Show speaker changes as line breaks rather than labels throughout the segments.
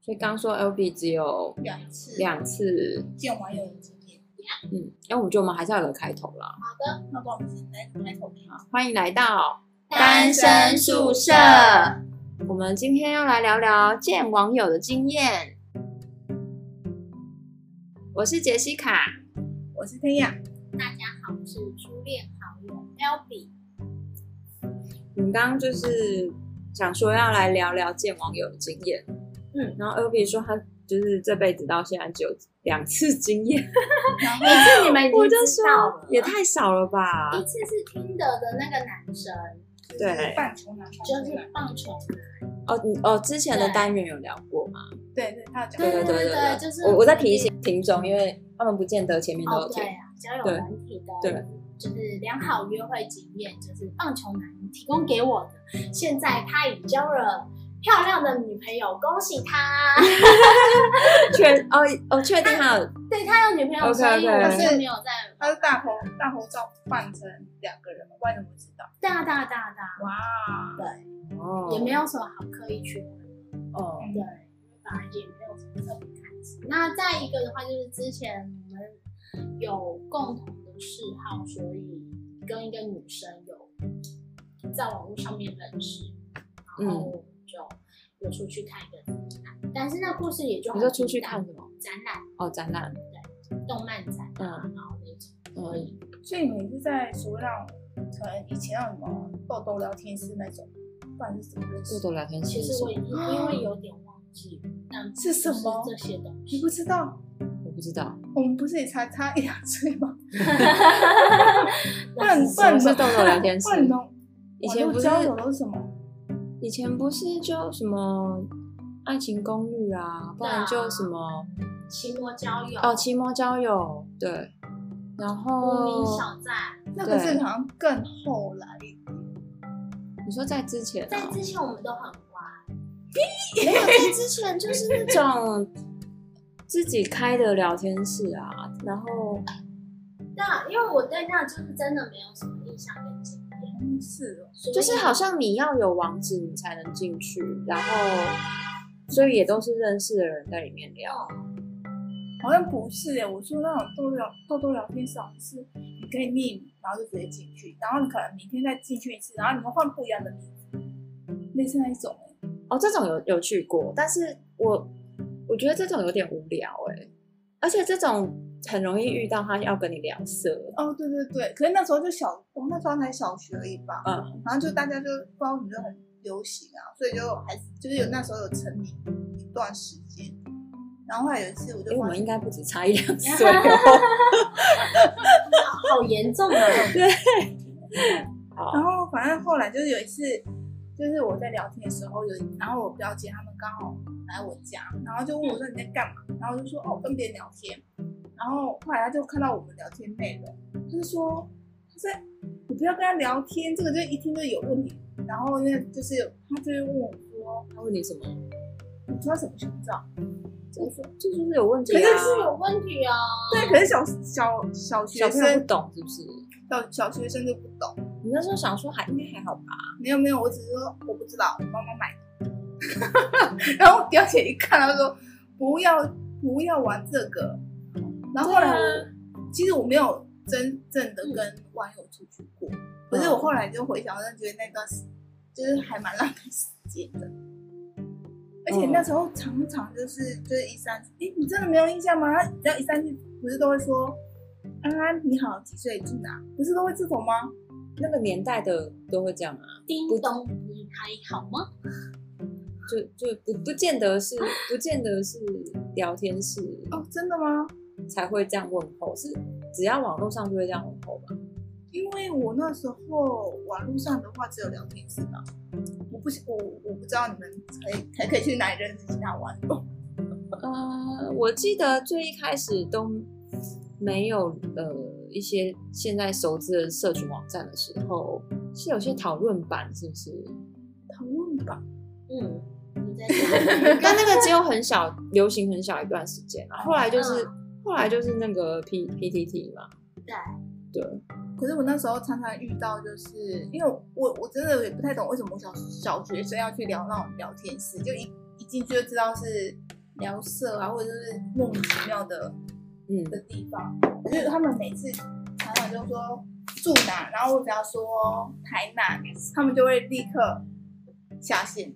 所以刚说 L B 只有
两次
两次，
见网友的经验。
嗯，那我们觉得我们还是要有个开头啦。
好的，那我们简单开头。
好欢迎来到我们今天要来聊聊见网友的经验。我是杰西卡，
我是天雅，
大家好，我是初恋好友 L B。
我们刚刚就是想说要来聊聊见网友的经验，嗯，然后 L B 说他就是这辈子到现在只有两次经验，
然后
每次你们已
我
经
就
知道
说
了，嗯
也太少了吧，
一次是听得的那个男生，
对
半球男，半
就
球
是
男
棒球男，
哦，你哦，之前的
对
单元有聊过吗？
对对，他有讲
对对
对
对
对
对，
对就是
我我在提醒听众，因为他们不见得前面都有
哦
听
对。啊，交友
对
软体的，
对，
就是良好约会经验，就是嗯棒球男提供给我的。现在他已交了漂亮的女朋友，恭喜他！
确哦哦，确定他有
对他有女朋友，
OK，OK
所以我们
是
就没有在。
他是大头大头照扮成两个人，我也怎么知道？
对啊对啊对啊对啊，
哇，
对，
哦，
也没有什么好刻意去问。
哦，
嗯
对，反而也没有什么特别开心。那再一个的话，就是之前我们有共同的嗜好，所以跟一个女生有在网络上面认识，然
嗯
后我们就有出去看一个展览，但是那故事也就
你
很
说出去
平淡
看什么？
展览，
哦，展览，
动漫展啊，然后那种。
嗯，
所以你是在所谓那种可能以前那种什么豆豆聊天室那种，不然是怎么认识
多？多聊天
其
其
实
实
我已经因为有点忘记，但
是什么
就是这些东
你
西
不。知道？
我不知道，
我们不是也才差一两岁吗？不
那
然
是
不然
是豆豆聊天 室
不然呢
以前不是
网络交友都是什么？
以前不是就什么爱情公寓啊，不然就什么
奇摩交友
哦，奇摩交友，对，然
无名
后
小站。
那个
对
是好像更后来一点。
你说在之前
在
哦，
之前我们都很乖，
没有在之前就是那种 自己开的聊天室啊，然后
但因为我对那就是真的没有什么印象跟经验，
嗯是哦，
所以
就是好像你要有网址你才能进去，然后所以也都是认识的人在里面聊。
好像不是哎、我说那种豆豆聊豆豆聊天室好像是你可以匿名，然后就直接进去，然后你可能明天再进去一次，然后你们换不一样的名字，类似那一种哎、
哦，这种有有去过，但是我我觉得这种有点无聊哎、而且这种很容易遇到他要跟你聊色，
哦，对对对，可是那时候就小，我那时候才小学而已吧，
嗯，
然后就大家就不知道怎么就很流行啊，所以就还是就是有那时候有沉迷一段时间，然后后来有一次我
因为
就
我
发
们
现
应该不止差一两岁 哦。
好严重啊！
然后反正后来就是有一次，就是我在聊天的时候有，然后我表姐他们刚好来我家，然后就问我
嗯
说你在干嘛，然后我就说哦跟别人聊天，然后后来他就看到我们聊天内容，他就说他说你不要跟他聊天，这个就一听就有问题。然后那就是他就会问我说
他问你什么？
你穿什么胸罩？
这这就是有问题
可
啊！
是是有问题啊，
对，可是小小小
小
学
朋友
生
不懂是不是？
小小学生就不懂，
你那时候想说还应该还好吧？
没有没有，我只是说我不知道，我妈妈买的。 然后表姐一看，她说不要不要玩这个。然后后来我、其实我没有真正的跟网友出去过，可是我后来就回想，我就觉得那段时就是还蛮浪费时间的。而且那时候常常就是就是一三，诶，你真的没有印象吗？他只要一三去，不是都会说，安安你好，几岁住哪？不是都会这种吗？
那个年代的都会这样啊，
叮咚，你还好吗？
就就不不见得是不见得是聊天室
哦，真的吗？
才会这样问候，是只要网络上就会这样问候吧？
因为我那时候网络上的话只有聊天室吧，我不我我不知道你们可以还可以去哪里认识其他网友。
呃，我记得最一开始都没有呃一些现在熟知的社群网站的时候，是有些讨论版，是不是？
讨论吧，
嗯，你在讲
但那个只有很小，流行很小一段时间啊，后来就是、后来就是那个 P P T T 嘛，
对
对，
可是我那时候常常遇到，就是因为我我真的也不太懂为什么我小小学生要去聊那种聊天室，就一一进去就知道是聊色啊，或者是莫名其妙的
嗯
的地方。可是他们每次常常就说住哪，然后我只要说台南，他们就会立刻下线，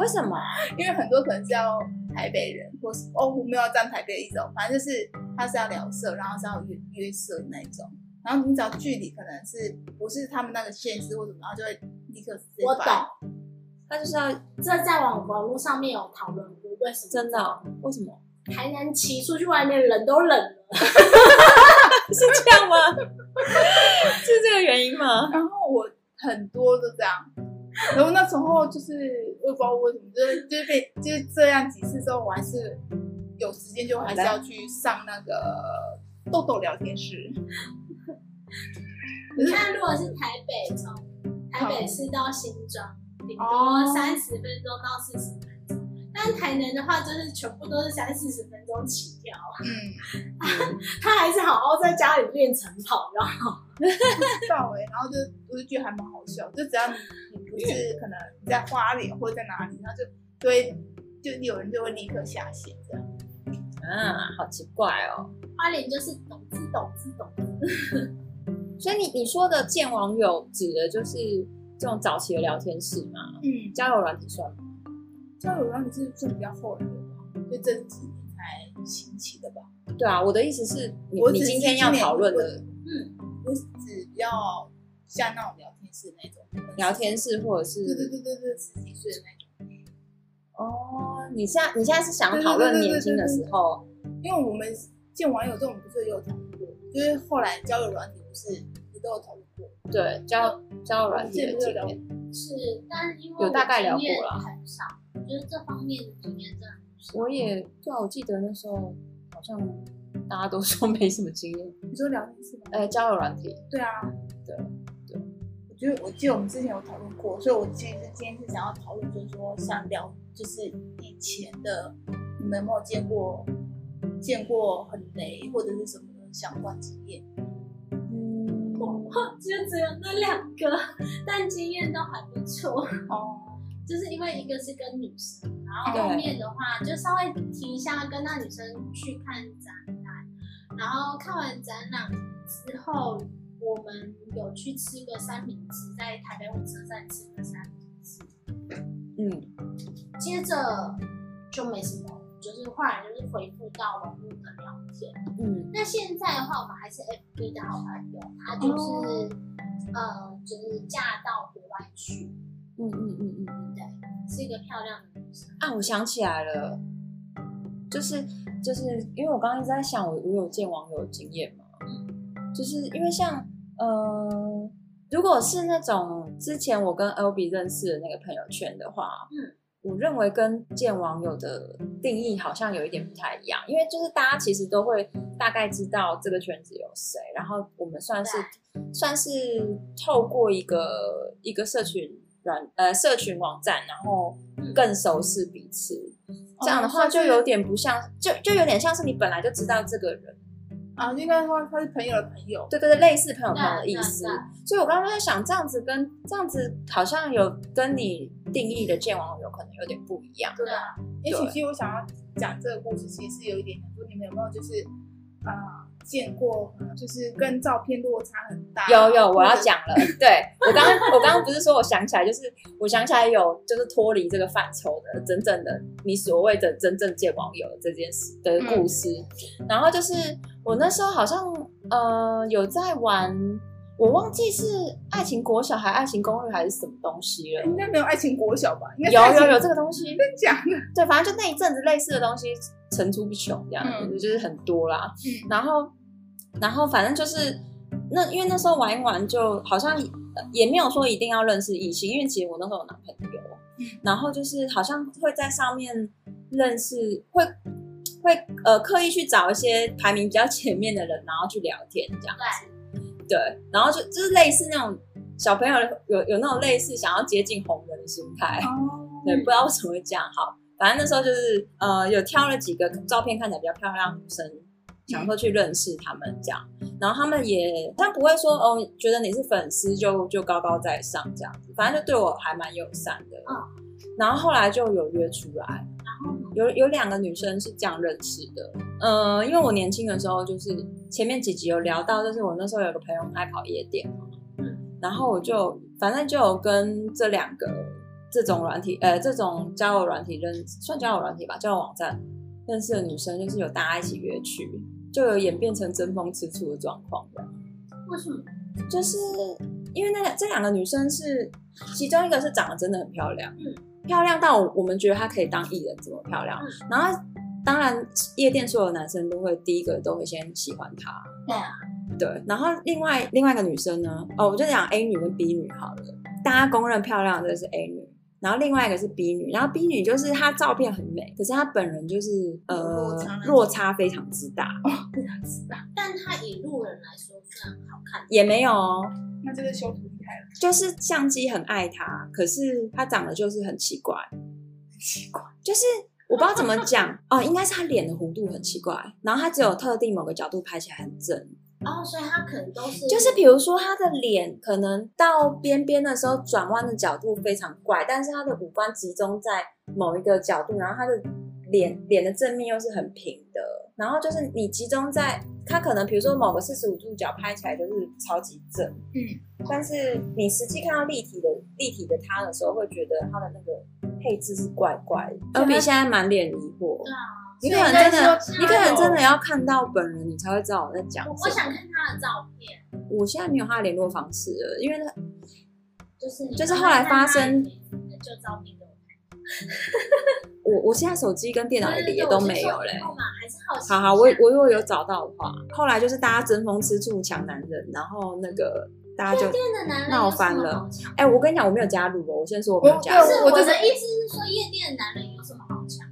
为什么？
因为很多可能是要台北人，或是哦我没有要站台北的意思哦，反正就是他是要聊色，然后是要约约色那一种。然后你只要距离可能是不是他们那个县市或什么，然后就会立刻
我懂，
他就是要
这在网网络上面有讨论过，为什么
真的哦、为什么？
台南骑出去外面冷都冷了？
是这样吗？ 是这个原因吗？
然后我很多都这样，然后那时候就是我也不知道为什么，就是就是被就是这样几次之后，我还是有时间就还是要去上那个豆豆聊天室。 可
你
是
看，如果是台北从台北市到新庄，顶多三十分钟到四十分钟，但台南的话就是全部都是三四十分钟起跳，
嗯，
他还是好好在家里练晨跑，然后
到哎、然后就我就觉得还蛮好笑，就只要你你不是可能你在花莲或者在哪里，然后就就会就有人就会立刻下线这样。
啊，好奇怪哦。
花莲就是懂字懂字懂字，
所以你你说的见网友指的就是这种早期的聊天室吗？
嗯，
交友软体算吗？
交友软体是算比较后来的吧，就这几年才兴起的吧。
对啊，我的意思是你
我只
你
是
今天要讨论的
今我指比较像那种聊天室那种
聊，天室，或者
对对
是
对对对，十几岁的那种。
哦，你现在你现在是想讨论年轻的时候，
因为我们见网友这种不是也有讨论过，就是后来交友软体不是也都有讨论过，
对交交友软体的经
我们
验，
是，但是因为
有大概聊
我经验
过啦
很少，我觉得这方面的经验真的很少。
我也
嗯
对啊，我记得那时候好像大家都说没什么经验，
你说聊天室吗？
呃，交友软体，
对啊，
对对。
我觉得我记得我们之前有讨论过，所以我其实今天是想要讨论，就是说像聊，就是以前的，你们有没有见过见过很雷或者是什么的相关经验？
嗯，
就只有那两个，但经验都还不错。
哦，
就是因为一个是跟女生，然后后面的话就稍微提一下跟那女生去看展览，然后看完展览之后，我们有去吃个三明治，在台北火车站吃个三明治，
嗯，
接着就没什么，就是后来就是回复到网络的聊天。
嗯，
那现在的话，我们还是 FB 的好朋友，他就是、
哦
呃，就是嫁到国外去，
嗯嗯嗯嗯嗯，
是一个漂亮的女生。
啊，我想起来了，就是就是因为我刚刚一直在想我，我有见网友经验嘛，就是因为像呃，如果是那种之前我跟 L B 认识的那个朋友圈的话，
嗯，
我认为跟见网友的定义好像有一点不太一样，因为就是大家其实都会大概知道这个圈子有谁，然后我们算是算是透过一个一个社群软呃社群网站，然后更熟识彼此。这样的话就有点不像，就就有点像是你本来就知道这个人，
啊，应该说他是朋友的朋友，
对对对，类似朋友朋友的
对
意
对
思
对。
所以我刚刚在想，这样子跟这样子好像有跟你定义的见网友可能有点不一样。
对啊，
也许
对
其实我想要讲这个故事，其实是有一点想说，你们有没有就是啊、呃见过，就是跟照片落差很大？
有有，
或者
我要。讲了。对我刚刚我刚刚不是说我想起来，就是我想起来有就是脱离这个范畴的真正的你所谓的真正见网友这件事
嗯
的故事。然后就是我那时候好像呃有在玩，我忘记是爱情国小还爱情公寓还是什么东西了。
应该没有爱情国小吧？应该是
有
爱情
有有这个东西，
真假的？
对，反正就那一阵子类似的东西层出不穷，这样、
嗯
就是很多啦。
嗯
然后，然后反正就是那，因为那时候玩一玩，就好像呃也没有说一定要认识异性，因为其实我那时候有男朋友，
嗯
然后就是好像会在上面认识，会会呃刻意去找一些排名比较前面的人，然后去聊天这样子。对，然后就就是类似那种小朋友有有那种类似想要接近红人的心态，
哦，
对，不知道为什么会这样。好，反正那时候就是呃，有挑了几个照片看起来比较漂亮的女生，想说去认识她们这样。然后他们也，他不会说哦，觉得你是粉丝就就高高在上这样子，反正就对我还蛮友善的。
嗯
然后后来就有约出来，
然后呢
有有两个女生是这样认识的。嗯、因为我年轻的时候，就是前面几集有聊到，就是我那时候有个朋友很爱跑夜店嘛，
嗯
然后我就反正就有跟这两个这种软体，呃，这种交友软体认算交友软体吧，交友网站认识的女生，就是有大家一起约去，就有演变成争风吃醋的状况这样
为什么？
就是因为那两这两个女生是，其中一个是长得真的很漂亮，
嗯
漂亮到我我们觉得她可以当艺人，这么漂
嗯
亮。然后当然，夜店所有男生都会第一个都会先喜欢她，
对啊，
对。然后另外另外一个女生呢，哦，我就讲 A 女跟 B 女好了，大家公认漂亮的是 A 女。然后另外一个是 B 女，然后 B 女就是她照片很美，可是她本人就是呃
落差那种
落差非常之大，
但他以路人来说非常好看，
也没有哦
那这个修图厉害了，
就是相机很爱他，可是他长得就是很奇怪，
很奇怪，
就是我不知道怎么讲哦，应该是他脸的弧度很奇怪，然后他只有特定某个角度拍起来很正，
然后哦所以他可能都是
就是比如说他的脸可能到边边的时候转弯的角度非常怪，但是他的五官集中在某一个角度，然后他的脸脸的正面又是很平的，然后就是你集中在他可能比如说某个四十五度角拍起来就是超级正，
嗯，
但是你实际看到立体的立体的他的时候，会觉得他的那个配置是怪怪的，
对
而比现在满脸疑惑。
对啊，
你
所
可
以
能
应该
真的
说，
你可能真的
他有
要看到本人，你才会知道我在讲
我我
什么。
想看他的照片，
我现在没有他的联络方式了，因为那
就是你
就是后来发生
看他的就照片给我看，
我我现在手机跟电脑
对
里
对
也
对
都
我是
没
说
有嘞
以。后嘛，还是好奇一下。
好好，我我如果有找到的话，后来就是大家争风吃醋抢男人，然后那个大家就
夜店的男人
闹
有什
翻
么
了
好抢
哎、我跟你讲，我没有加入哦，我先说我没有加入
不。是
我
我
就是
的意思是说，夜店的男人有什么好抢？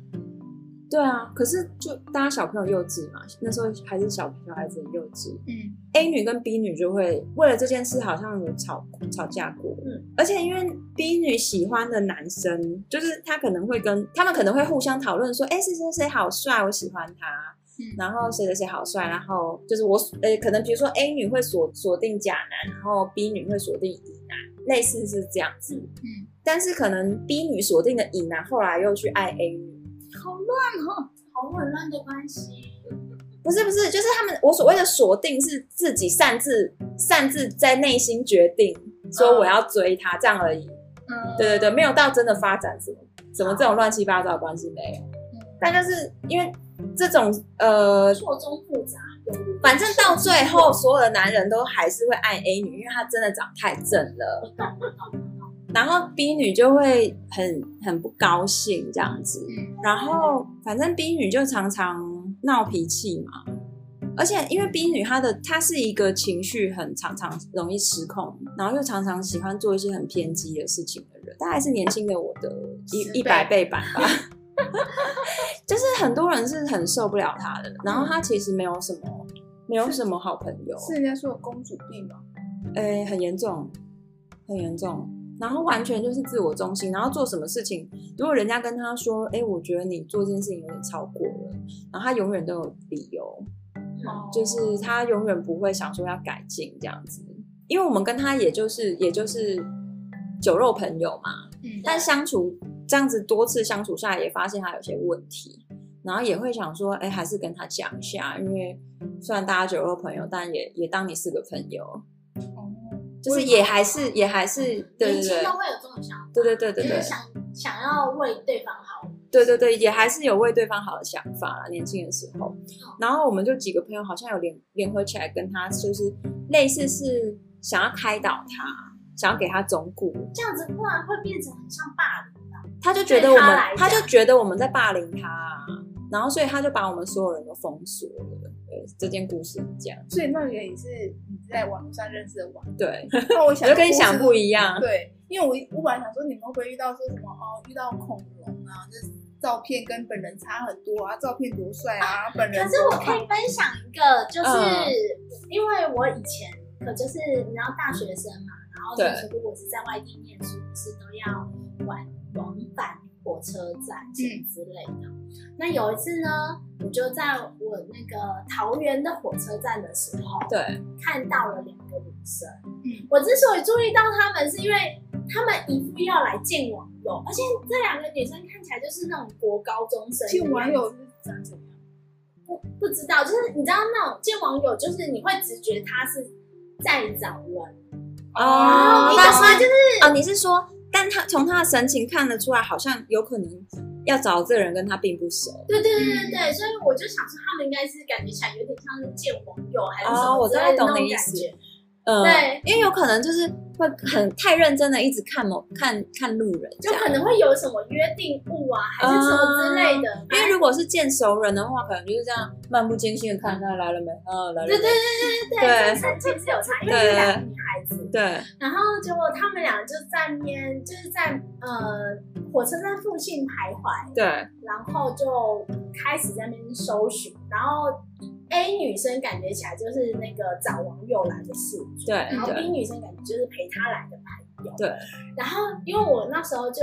对啊，可是就大家小朋友幼稚嘛，那时候还是小小孩子很幼稚，
嗯，
A 女跟 B 女就会为了这件事好像有吵吵架过，
嗯
而且因为 B 女喜欢的男生，就是她可能会跟他们可能会互相讨论说，哎、谁谁谁好帅，我喜欢他，
嗯
然后谁谁谁好帅，然后就是我，呃、可能比如说 A 女会锁锁定甲男，然后 B 女会锁定乙男，类似是这样子，
嗯，
但是可能 B 女锁定的乙男后来又去爱 A 女，
好乱哦，好混乱的关系。
不是不是，就是他们我所谓的锁定是自己擅自擅自在内心决定说我要追他、这样而已。
嗯
对对对，没有到真的发展什么什么这种乱七八糟的关系没有。但就是因为这种呃，
错综复杂，有嗯
反正到最后所有的男人都还是会爱 A 女，因为她真的长太正了。然后 B 女就会很很不高兴这样子。
嗯
然后反正 B 女就常常闹脾气嘛，而且因为 B 女她的她是一个情绪很常常容易失控，然后又常常喜欢做一些很偏激的事情的人，大概是年轻的我的一一
10
百倍版吧。就是很多人是很受不了她的，然后她其实没有什么，没有什么好朋友，
是人家说的公主病吗？
诶、很严重，很严重。然后完全就是自我中心，然后做什么事情，如果人家跟他说，哎、我觉得你做这件事情有点超过了，然后他永远都有理由，
哦
就是他永远不会想说要改进这样子。因为我们跟他也就是也就是酒肉朋友嘛，
嗯
但相处这样子多次相处下来，也发现他有些问题，然后也会想说，哎、还是跟他讲一下，因为虽然大家酒肉朋友，但也也当你是个朋友，
哦，
就是也还是也还是对
嗯
对
年轻
对
都会有这种想法，
对对对对
就是
对
想想要为对方好，
对对对，也还是有为对方好的想法啦。年轻的时候，
嗯
然后我们就几个朋友好像有联联合起来跟他，就是类似是想要开导他，想要给他忠告。
这样子不然会变成很像霸凌。
他就觉得我
对他
们
来，讲
他就觉得我们在霸凌他，啊然后所以他就把我们所有人都封锁了。对，这件故事是这样。
所以那个也是你在网络上认识的 网友，
对，
那我
我
想
就跟你想不一样。
对，因为我我本来想说你们会不会遇到说什么哦，遇到恐龙啊，就是照片跟本人差很多啊，照片多帅啊，本人
可是
多
我可
胖
以分享一个，就是、
嗯
因为我以前可就是你知道大学生嘛，然后
对
就是如果是在外地念书，不是都要往往返火车
嗯
站什么之类的。那有一次呢，我就在我那个桃园的火车站的时候，
对，
看到了两个女生。
嗯
我之所以注意到她们，是因为他们一副要来见网友，而且这两个女生看起来就是那种国高中生。
见网友是长怎样？
不不知道，就是你知道那种见网友，就是你会直觉他是在找人，
哦，
你懂
但
吗？
是
就是
哦，你是说，但他从他的神情看得出来，好像有可能要找这个人跟他并不熟。
对对对对
嗯
对，所以我就想说，他们应该是感觉起来有点像是见网友还是什
哦
么
我
之
大概
类的
懂
那
你
种
意
感
思
觉。
嗯，
对，
因为有可能就是会很太认真的一直看某看看路人这
就
样。
可能会有什么约定物啊，还是什么之类的。
因为如果是见熟人的话，可能就是这样漫不经心的看他来了没，啊，来了
对对
没，
对对
对
对，这神情是有差，因为是两个女孩子。
对，
然后结果他们俩就在面，就是在呃火车站附近徘徊，
对，
然后就开始在那边搜寻。然后 A 女生感觉起来就是那个找网友来的事主，
对
然后
哎对
B 女生感觉就是陪她来的朋友。
对。
然后因为我那时候就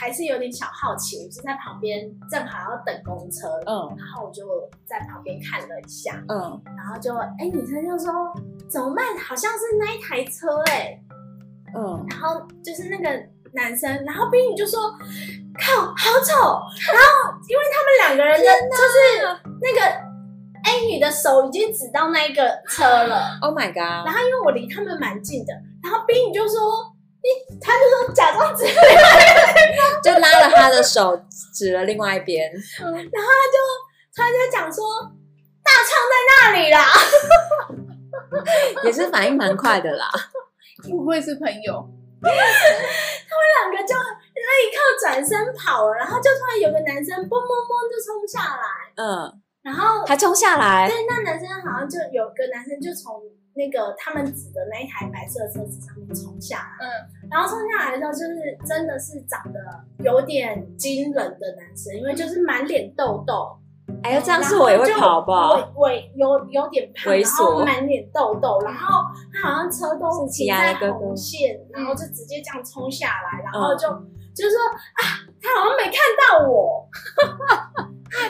还是有点小好奇，我就在旁边正好要等公车，
嗯
然后我就在旁边看了一下，
嗯，
然后就哎、女生就说怎么办？好像是那一台车哎、
嗯，
然后就是那个男生，然后冰雨就说靠，好丑。然后因为他们两个人的就是那个 A 女的手已经指到那一个车了，
Oh my god！
然后因为我离他们蛮近的，然后冰雨就说。你，他就说假装指，然
就拉了他的手，指了另外一边。
后他就他就讲说大唱在那里啦，
也是反应蛮快的啦。
不会是朋友？
两个就立刻转身跑了，然后就突然有个男生嘣嘣嘣就冲下来，
嗯，
然后
还冲下来
对，那男生好像就有个男生就从那个他们指的那一台白色的车子上面冲下来，
嗯，
然后冲下来的时候就是真的是长得有点惊人的男生，因为就是满脸痘痘，
哎呀，这样是我也会跑好不好？
尾尾有有点胖，
猥
然
琐
后满脸痘痘，然后他好像车都
是
停
起来
在
的哥哥
红线，然后就直接这样冲下来，然
嗯
后就、就是说啊，他好像没看到我，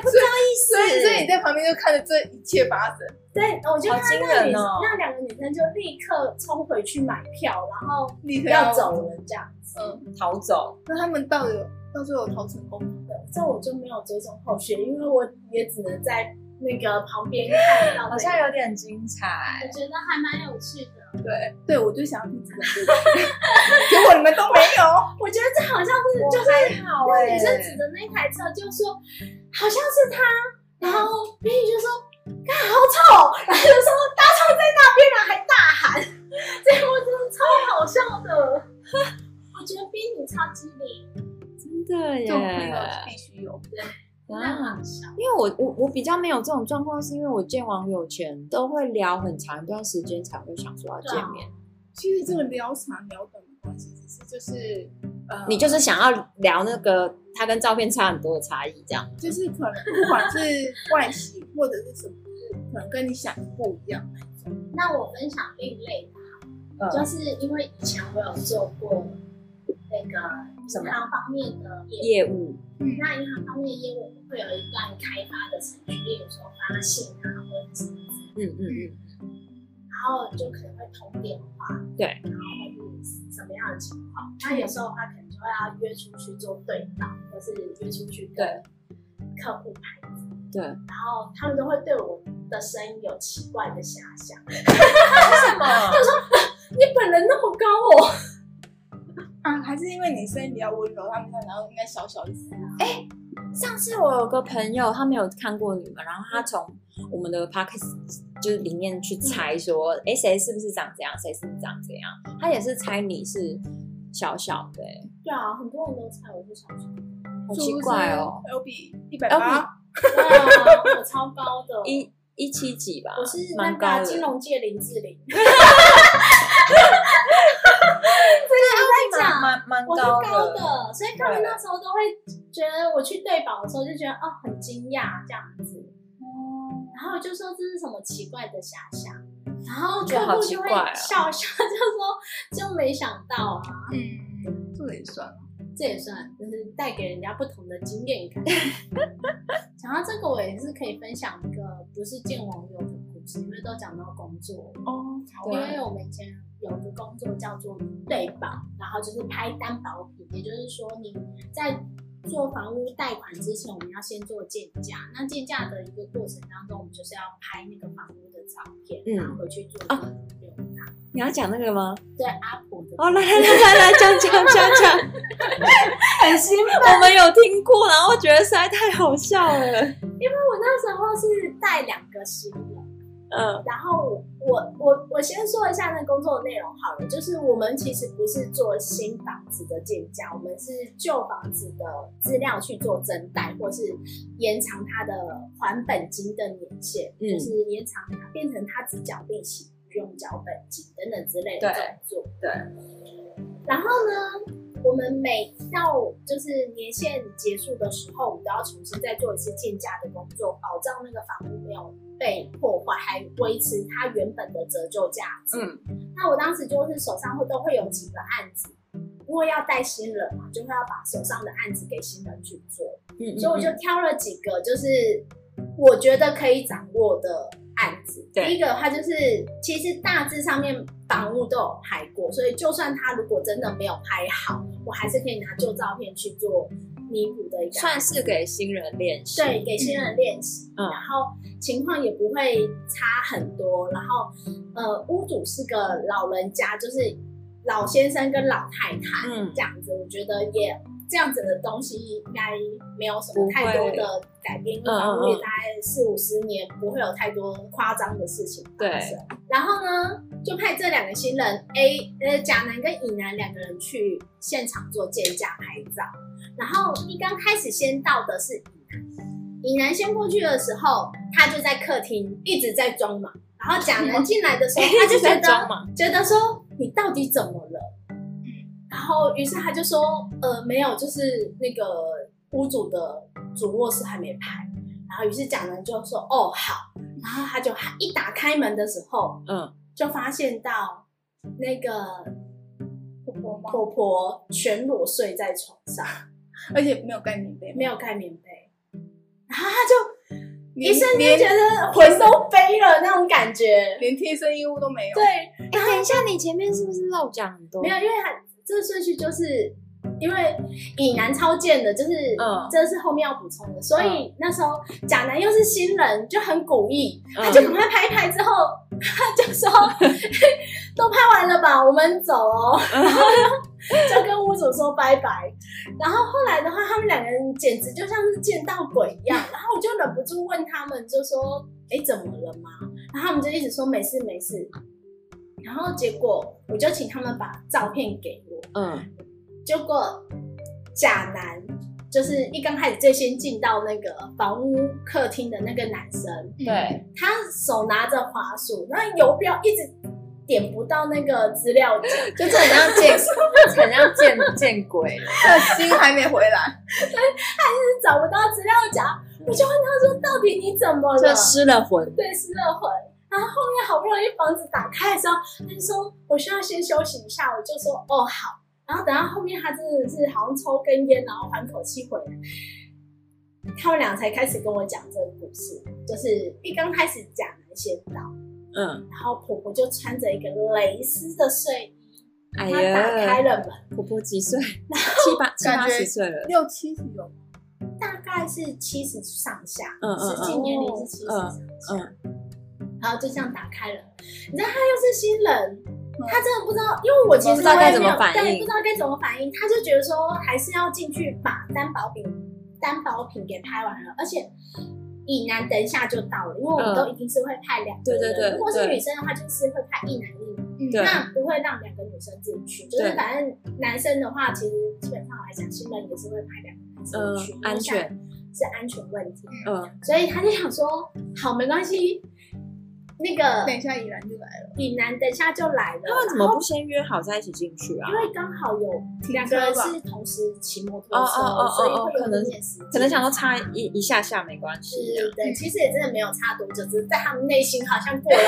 所以所以你在旁边就看着这一切发生。
对，我就
好
看
惊
到那女
人哦
那两个女生就立刻冲回去买票，然后
立刻
要走人这样子。
啊嗯，
逃走。
那他们到底有到最后有逃成功吗？
对，这我就没有追踪后续，因为我也只能在那个旁边看到那个，
有点精彩。
我觉得还蛮有趣的。
对，对我就想要听这个， 结果你们都没有。
我觉得这好像是
我
就是
好
那个
欸
女生指着那台车就说好像是他，然后美女就说看好哦 丑，然后就说大唱在那边啊了还大喊， 这我真的超好笑的。 我觉得冰女超机灵，
真的
这
耶
种朋友是必须有。
真的很
啊！
好笑。
因为我我我比较没有这种状况，是因为我见网友前都会聊很长一段时间才会想说要见面。
其实这个聊长聊短的关系，只是就是呃，
你就是想要聊那个他跟照片差很多的差异，这样。
就是可能不管是外形或者是什么，就是可能跟你想的不一样。
那我分享另类的，
嗯
就是因为以前我有做过那个
什么
银行方面的业务。
业务，
嗯
那银行方面的业务会有一段开发的程序，例如说发信啊，或者是
嗯嗯嗯，
然后就可能会通电话，
对
然后会是什么样的情况？那有时候的话，可能就会要约出去做对访，或是约出去跟客户谈，
对。
然后他们都会对我的声音有奇怪的遐想，
什么？就是
你本人那么高哦，
啊，还是因为你声音比较温柔，他们然后应该小小一只。
上次我有个朋友，他没有看过你们，然后他从我们的 p o d c a s t 就是里面去猜说，哎、谁是不是长这样，谁是不是长这样？他也是猜你是小小的、诶
对啊，很多人都猜我是小 熊，
好奇怪哦，
，L B 一百八，
对啊，我超高的，
一一七几吧，
我是那
蛮高
个啊
的，
金融界林志 玲，
对
讲
蛮蛮
我是
高
高的，所以他们那时候都会觉得我去对保的时候就觉得哦很惊讶这样子，
哦
然后我就说这是什么奇怪的遐想，然后
觉得
客
好
户
奇
就会
怪哦
笑笑， 就说就没想到啊，
嗯，这个也算了。
这也算就是带给人家不同的经验感。 讲到这个，我也是可以分享一个不是见网友的故事，因为都讲到工作，
哦，好
因
啊
为我们以前有个工作叫做对保，然后就是拍担保品，也就是说你在做房屋贷款之前，我们要先做鉴价。那鉴价的一个过程当中，我们就是要拍那个房屋的照片，
嗯
然后回去做一
啊
个留档。
你要讲那个吗？
对阿婆的
哦，来来来来来，讲讲讲讲，
很兴奋。
我们有听过，然后觉得实在太好笑了。
我那时候是带两个新人。
嗯
然后我我我先说一下那工作的内容好了，就是我们其实不是做新房子的建价，我们是旧房子的资料去做增贷，或是延长它的还本金的年限，
嗯
就是延长它变成它只缴利息不用缴本金等等之类的
对
动作。
对。
然后呢，我们每到就是年限结束的时候，我们都要重新再做一次建价的工作，保障那个房屋没有被破坏，还维持它原本的折旧价值。
嗯，
那我当时就是手上会都会有几个案子，因为要带新人嘛，就会要把手上的案子给新人去做，
嗯
所以我就挑了几个就是我觉得可以掌握的案子。
对
第一个的话就是，其实大致上面房屋都有拍过，所以就算他如果真的没有拍好，我还是可以拿旧照片去做弥补的一个案
嗯算
子。
是给新人练习。
对，给新人练习，
嗯
然后情况也不会差很多。然后，呃，屋主是个老人家，就是老先生跟老太太，
嗯
这样子，我觉得也这样子的东西应该没有什么
不
太多
会
的改变，因为
嗯嗯
房屋也
嗯
大概四五十年，不会有太多夸张的事情发
对
生。然后呢，就派这两个新人 A 呃甲男跟乙男两个人去现场做鉴价拍照。然后一刚开始先到的是乙男，乙男先过去的时候，他就在客厅一直在装忙。然后甲男进来的 时候，哦他就觉
在
得
装嘛，
觉得说你到底怎么了？然后于是他就说，呃，没有，就是那个屋主的主卧室还没拍。然后于是讲人就说，哦好。然后他就一打开门的时候，
嗯，
就发现到那个
婆婆吗？
婆婆全裸睡在床上，
而且没有盖棉被，
没有盖棉被。然后他就
连
一瞬间
连
觉得魂都飞了那种感 觉。
连贴身衣物都没有。
对，
哎，等一下，你前面是不是漏讲很多？
没有，，因为他这个顺序就是因为以南超贱的，就是
嗯
这是后面要补充的，所以那时候贾南又是新人，就很鼓意，
嗯
他就赶快拍一拍之后， 他就说都拍完了吧，我们走哦，然后 就跟屋主说拜拜。然后后来的话，他们两个人简直就像是见到鬼一样，然后我就忍不住问他们，就说：“哎，怎么了吗？”然后他们就一直说没事没事。然后结果我就请他们把照片给我，
嗯，
结果假男就是一刚开始最先进到那个房屋客厅的那个男生，
对，
嗯
他手拿着滑鼠，那游标一直点不到那个资料夹，
就是很像 见，很像见见鬼。
那心还没回来，
就是找不到资料夹。我就问他说：“到底你怎么了
这？”失了魂，
对，失了魂。然后后面哦好不容易房子打开的时候，他就说：“我需要先休息一下。”我就说：“哦，好。”然后等到后面他真的是好像抽根烟，然后缓口气回来，他们俩才开始跟我讲这个故事。就是一刚开始讲男先到，
嗯，
然后婆婆就穿着一个蕾丝的睡衣，
哎
她打开
呀，
了门，
婆婆几岁？七八七八
感觉
十岁了，
六七十有。
大概是七十上下，
嗯嗯
实际
嗯
年龄是七十上下。
嗯
然后就这样打开了。你知道他又是新人，
嗯
他真的不知道，因为我其实
不知道该怎么
我也没有
反应
对，不知道该怎么反应，他就觉得说还是要进去把担保品担保品给拍完了，而且。乙男等一下就到了，因为我们
嗯
都一定是会派两个
对
人。
对对
如果是
对
女生的话，就是会派一男一女，
对嗯
那不会让两个女生自己去。就是
对
反正男生的话，其实基本上来讲，新人也是会派两个男生去，
嗯，安全，
是安全问题。
嗯，
所以他就想说，好，没关系，那个
等一下，依然就来了。
以南等一下就来了。
他啊们怎么不先约好在一起进去啊
因？为刚好有两个人是同时骑摩托车，
哦哦哦哦
所以会
可
有
能
一点时间
可能想说差一一下下没关系啊，
是，对，其实也真的没有差多久，只是在他们内心好像过了。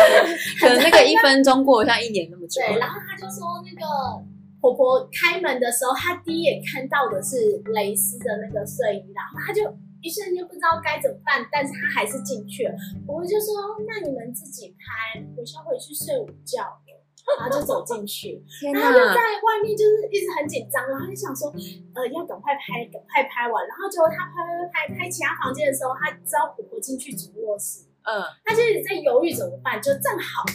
可能那个一分钟过得像一年那么久。
对，然后他就说那个。婆婆开门的时候，她第一眼看到的是蕾丝的那个睡衣，然后她就一瞬间不知道该怎么办，但是她还是进去了。婆婆就说：“那你们自己拍，我先回去睡午觉了。”然后就走进去，
天
然后他就
哪！
在外面就是一直很紧张，然后就想说，呃，要赶快拍，赶快拍完。然后结果他拍拍拍拍其他房间的时候，他知道婆婆进去主卧室，
嗯，
他就一直在犹豫怎么办，就正好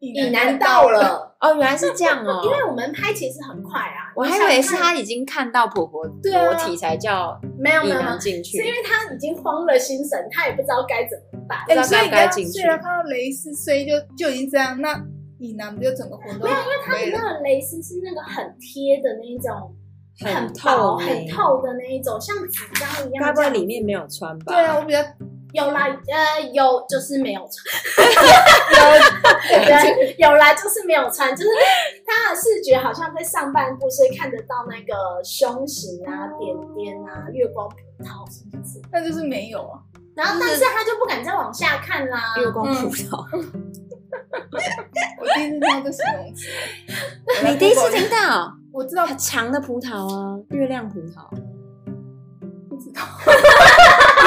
以
以南到，了，
哦，原来是这样哦
因。为我们拍其实很快啊，
我
你
还
想
以为是
看
他已经看到婆婆
对啊
裸体才叫
没有没
以
有没有
南，进
啊是因
去，
为他已经慌了心神，他也不知道该怎么办。
不
哎、
知道
所以
该
你
不该
刚
进去
虽然看到雷斯，所以就就已经这样，那以南不就整个活动没有，因为
他们那个蕾丝是那个很贴的那一种，很
透
薄、
明
很。透的那一种，像纸张一样。
该不会里面没有穿吧？
对啊，我比较
有啦，呃，有就是没有穿，有 对有啦，就是没有穿，就是 他的视觉好像在上半部，所以看得到那个胸型
哦
啊、点点啊、月光葡萄什么之类的。
那就是没有啊，
然后，但是他就不敢再往下看啦。
月光葡萄，
我第一次听到这形容 词，我来
你第一次
Google 下
听到
我知道
很长哦的葡萄啊，月亮葡萄，你
不 知道，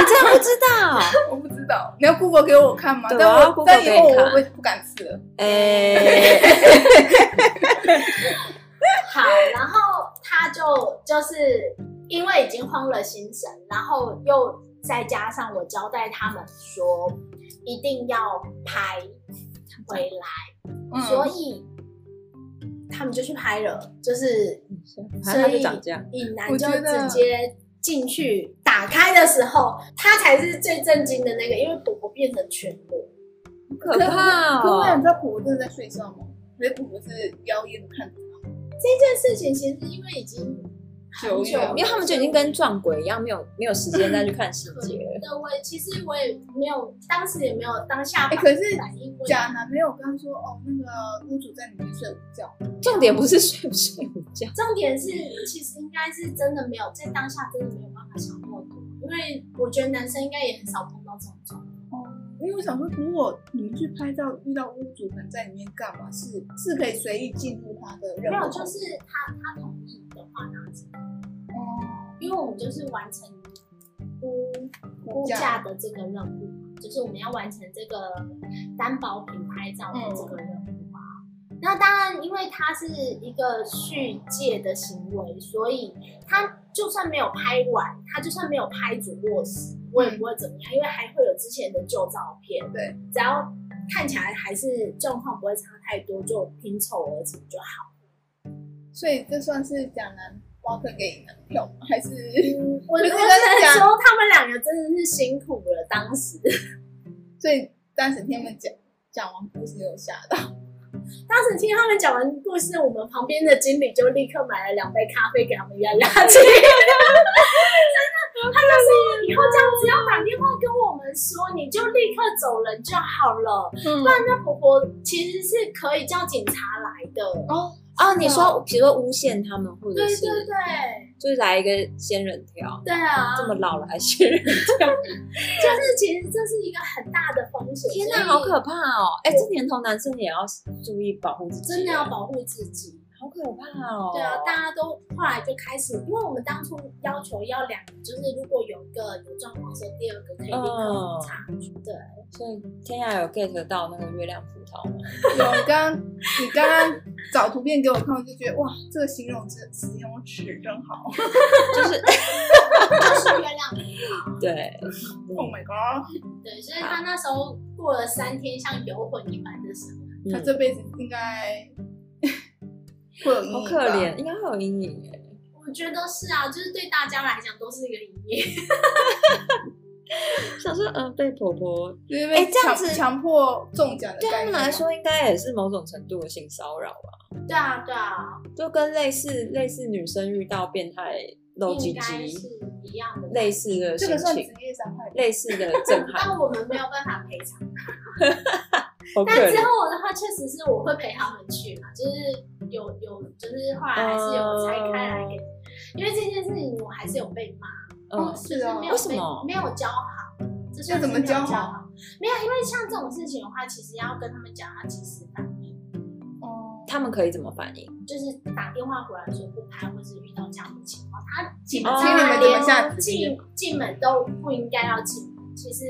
竟然不知 道？
我不知道，你要 Google 给我看吗？
对
但
我要
我
Google
但以后
给你看
我会不敢吃了。
哎，
好，然后他就就是因为已经慌了心神，然后又再加上我交代他们说一定要拍回来，
嗯，
所以他们就去拍了，就是
反正他就长这样。
尹南
我
就
觉得
直接。进去打开的时候，他才是最震惊的那个，因为伯伯变成全裸，
可怕
可我
哦！
想知道婆婆真的在睡觉吗？还是婆婆是妖艳的看着她
这件事情其实因为已经很久
久远
了，
因为他们就已经跟撞鬼一样，没有没有时间再去看细节了。
对，我也其实我也没有，当时也没有当下
哎、可是
反应过来。
假男朋友刚说哦，那个屋主在里面睡午觉，
重点不是睡不睡午觉，
重点是，其实应该是真的没有在当下真的没有办法想那么多，因为我觉得男生应该也很少碰到这种状况。
因为我想说，如果你们去拍照遇到屋主可能在里面干嘛，是是可以随意进入他的任
没
何
有，就是他他同意的话，那样子，
哦，
因为我们就是完成估估
估价
价的这个任务嘛，就是我们要完成这个担保品牌照的这个任务啊。那当然，因为它是一个续借的行为，所以他就算没有拍完，他就算没有拍主卧室，我也不会怎么样，因为还会有之前的旧照片。
对，
只要看起来还是状况不会差太多，就拼凑而成就好。
所以这算是假男挖坑给你男票吗？还是
我我只
可
能
是我在想
说，他们两个真的是辛苦了，当时。
所以当时听他们讲讲完故事有吓到，
当时听他们讲完故事，我们旁边的经理就立刻买了两杯咖啡给他们压压 惊。真的，他就说以后这样子要打电话跟我们说，你就立刻走人就好了。
嗯
不然那婆婆其实是可以叫警察来的。
哦，
哦，你说比如说诬陷他们，或
啊对
者是
对对
就是来一个仙人跳，
对啊！
这么老了还 仙人跳，
就是其实这是一个很大的风险。
天哪，
哪，
好可怕哦！哎，这年头男生也要注意保护自己，啊
真的要保护自己。
好可怕哦！
对啊，大家都后来就开始，因为我们当初要求要两个，就是如果有一个有状况的时候，第二个可以立刻
嗯
查。对，
所以天涯有 get 到那个月亮葡萄吗？
有你刚你刚刚找图片给我看，我就觉得哇，这个形容词形容词真好
就是
就是月亮。
对，
，Oh my god，
对，所以他那时候过了三天像游魂一般的生活。
他
嗯
这辈子应该 会有阴影
好
吧
可，怜，应该会有阴影欸耶。
我觉得是啊，就是对大家来讲都是一个营业。
想说，嗯，被婆婆
就是
哎
被
这样
强
子
强迫中奖的
对他
概
们
念
来说，应该也是某种程度的性骚扰吧，
对啊，对啊，
就跟类似类似女生遇到变态露鸡
应该是
鸡
一样的
类。似的
这
心
个算职
情，
业伤害吧。
类似的震 撼，
但我们没有办法赔偿。
好可
但之
怜。
后的话，确实是我会陪他们去嘛，就是有有，就是后来还是有拆开
哦
来给，因为这件事情我还是有被骂。
嗯，
哦就是
是啊
没有
为什么
没有教好？这算是
那怎么
没有
教
教
好
好？没有，因为像这种事情的话，其实要跟他们讲要及时反应，
嗯
哦，
他们可以怎么反应？
就是打电话回来说不拍，或是遇到这样的情况，他基
请
本上
请你们
他
怎么
连
下指
进进门都不应该要进门。其实，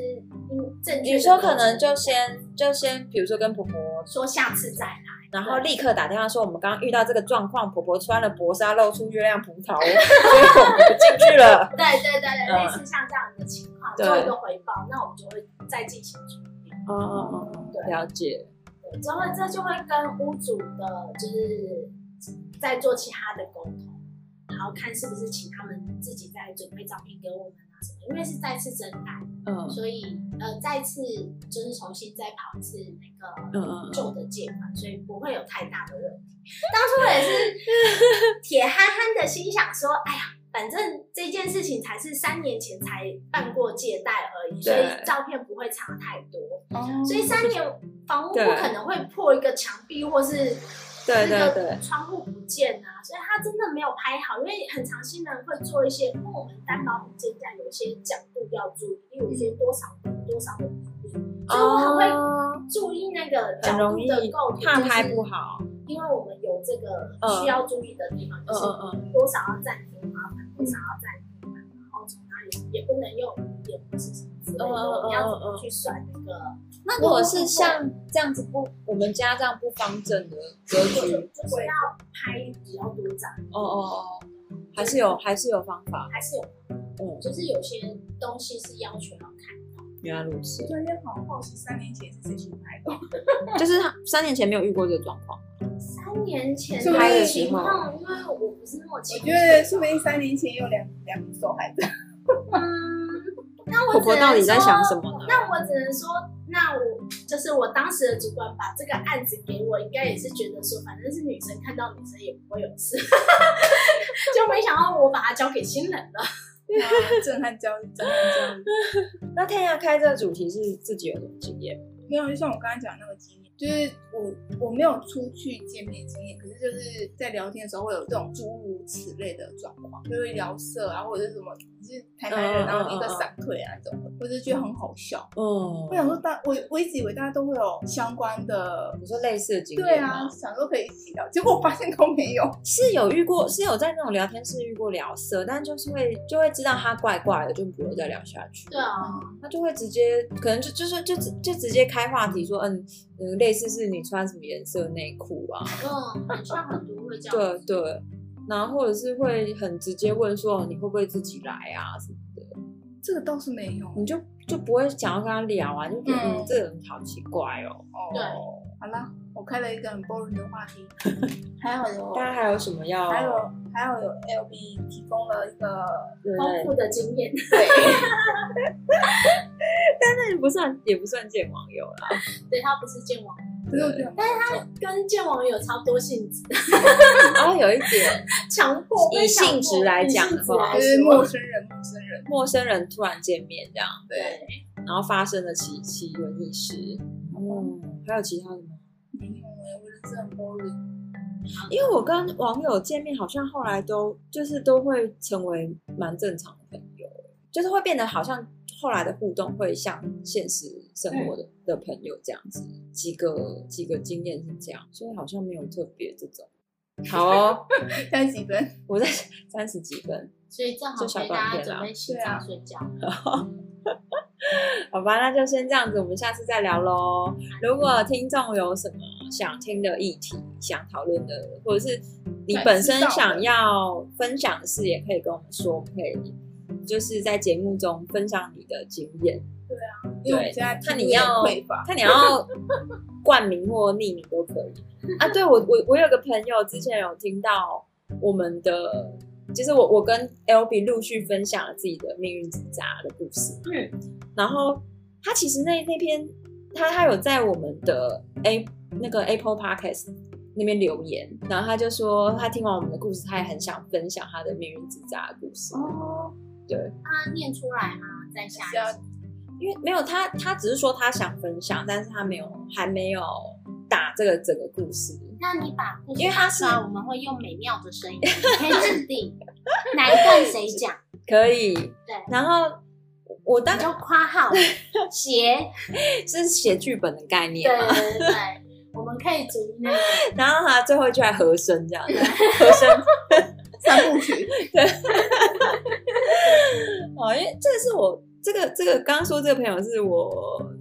嗯，正确的
你说
流程
可能就先就先，比如说跟婆婆
说下次再来，
然后立刻打电话说我们刚刚遇到这个状况，婆婆穿了薄纱露出月亮葡萄，所以我们不进去了。
对对对
嗯
对，类似像这样的情况，
对
做一个回报，那我们就会再进行处理。
哦哦哦，
对
了解。
对，之后这就会跟屋主的，就是在做其他的沟通，然后看是不是请他们自己再准备照片给我们啊什么，因为是再次征贷，
嗯
所以呃再次就是重新再跑一次那个
嗯嗯嗯，
旧的借款，所以不会有太大的问题。当初我也是铁憨憨的心想说，哎呀。反正这件事情才是三年前才办过借贷而已，所
对
以照片不会差太多。
嗯
哦
所以三年房屋不
对
可能会破一个墙壁或是
对
那
对对
个窗户不见啊，所以他真的没有拍好，因为很常新人会做一些，因为我们担保物件价有一些角度要注意，例如一
嗯
些多少度多少的比例，所以我很会
哦
注意那个
很
角
容
度
易
的构图，
怕拍不，好。
因为我们有这个需要注意的地方，就
嗯
是
嗯嗯，
多少要暂停麻烦，多少要暂停麻烦，然后从哪里也不能用语言或是什么之类的，
嗯嗯嗯
我们要怎
嗯嗯
么去算那个？
那如果是像这样子不，我们家这样不方正的格
就
局，
是要拍比较多张，
哦哦哦，还是有还是有方法。
还是有，
嗯，
就是有些东西是要求要看，
原来如此，
对，因为好好奇三年前是谁去拍 的，
就是他三年前没有遇过这个状况。
三年前
拍的
时候
情况，因为我不是那么
我
清楚，
觉得说不定三年前也有两两名受 害者，
嗯，那我
婆婆到底在想什
么？
么呢？
那我只能说，那我就是我当时的主管把这个案子给我，应该也是觉得说，反正是女生看到女生也不会有事， 就没想到我把它交给新人了。
哇震撼教育，震撼教育。
那天涯开这个主题是自己有什么经验吗？
没有，就像我刚刚讲的那个经验，就是我我没有出去见面经验，可是就是在聊天的时候会有这种诸如此类的状况，就会聊色啊，或者是什么，就是台南人然后立刻闪退啊这种，我就觉得很好笑。
嗯
我想说大，我我一直以为大家都会有相关的，
你说类似的经
对
验吗
啊，？想说可以一起聊，结果我发现都没有。
是有遇过，是有在那种聊天室遇过聊色，但就是会就会知道他怪怪的，就不会再聊下去。
对啊，
他就会直接可能就就是就直就直接开话题说，嗯嗯，类似是你穿什么颜色的内裤啊？
嗯，很像很多会这样，
对对，然后或者是会很直接问说哦你会不会自己来啊什么的，
这个倒是没有
你就就不会想要跟他聊啊，就觉得
嗯
嗯这个人好奇怪哦。
哦。
对
好啦，我开了一个很 boring 的话题，还好有，
大家 还有什么要
还有还好有 LB 提供了一个
对
丰富的经验。
那不算也不算见网友啦。
对他不是见网，
可是我觉 得很棒，
跟见网友差不多性质，
然后有一点
强迫
以性质来讲的话
就
还
是陌
我
生人，陌生人，
陌生人突然见面这样，
对，
然后发生了奇奇闻异事。
哦
嗯，还有其他的吗？
没有哎，我人生很 boring，
因为我跟网友见面，好像后来都就是都会成为蛮正常的朋友，就是会变得好像后来的互动会像现实生活的、的朋友这样子。几个几个经验是这样，所以好像没有特别这种。好哦，
现在几分？
我在三十几分，
所以正好陪大家准备洗
啊
澡睡觉。
好吧，那就先这样子，我们下次再聊喽。如果听众有什么想听的议题、想讨论的，或者是你本身想要分享的事，也可以跟我们说，我们可以就是在节目中分享你的经验，
因为我们现在
看你
有点
要
匮 乏，
看你要冠名或匿名都可以。啊，对我我我有个朋友之前有听到我们的，就是我我跟 L B 陆续分享了自己的命运之闸的故事，
嗯，
然后他其实那那篇他他有在我们的 A 那个 Apple Podcast 那边留言，然后他就说他听完我们的故事，他也很想分享他的命运之渣的故事。
哦，
对，
那念出来吗？再下
需要
一集。
因为没有他，他只是说他想分享，但是他没有还没有打这个整个故事。
那你把故事
因为它是
打出来我们会用美妙的声音，你可以制定哪一段谁讲，
可以，对然后我当
你就夸号斜，
是写剧本的概念
对
嘛，
对对对，我们可以组那个
然后他最后一句还和声这样子，和声
三部曲，
哦，因为这是我这个这个刚刚说这个朋友是我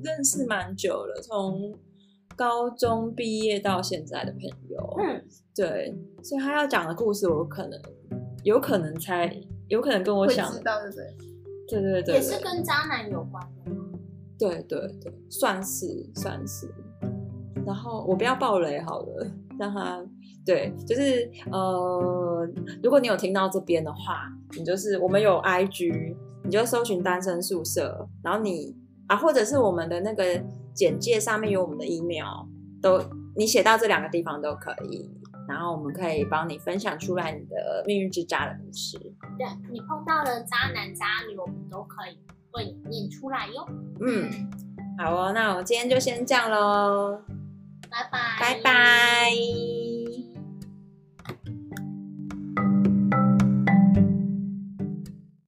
认识蛮久了，从高中毕业到现在的朋友，
嗯，
对，所以他要讲的故事，我可能有可能才有可能跟我
会
想
知，道对不对？
对对对，
也是跟渣男有关的吗？
对对对，算是算是。然后我不要爆雷好了，让他对，就是呃，如果你有听到这边的话，你就是我们有 IG，你就搜寻单身宿舍，然后你啊，或者是我们的那个简介上面有我们的 email，都你写到这两个地方都可以，然后我们可以帮你分享出来你的命运之渣的故事。
对，你碰到了渣男渣女，我们都可以会念出来哟。
嗯，好哦，那我今天就先这样喽，
拜拜，
拜拜。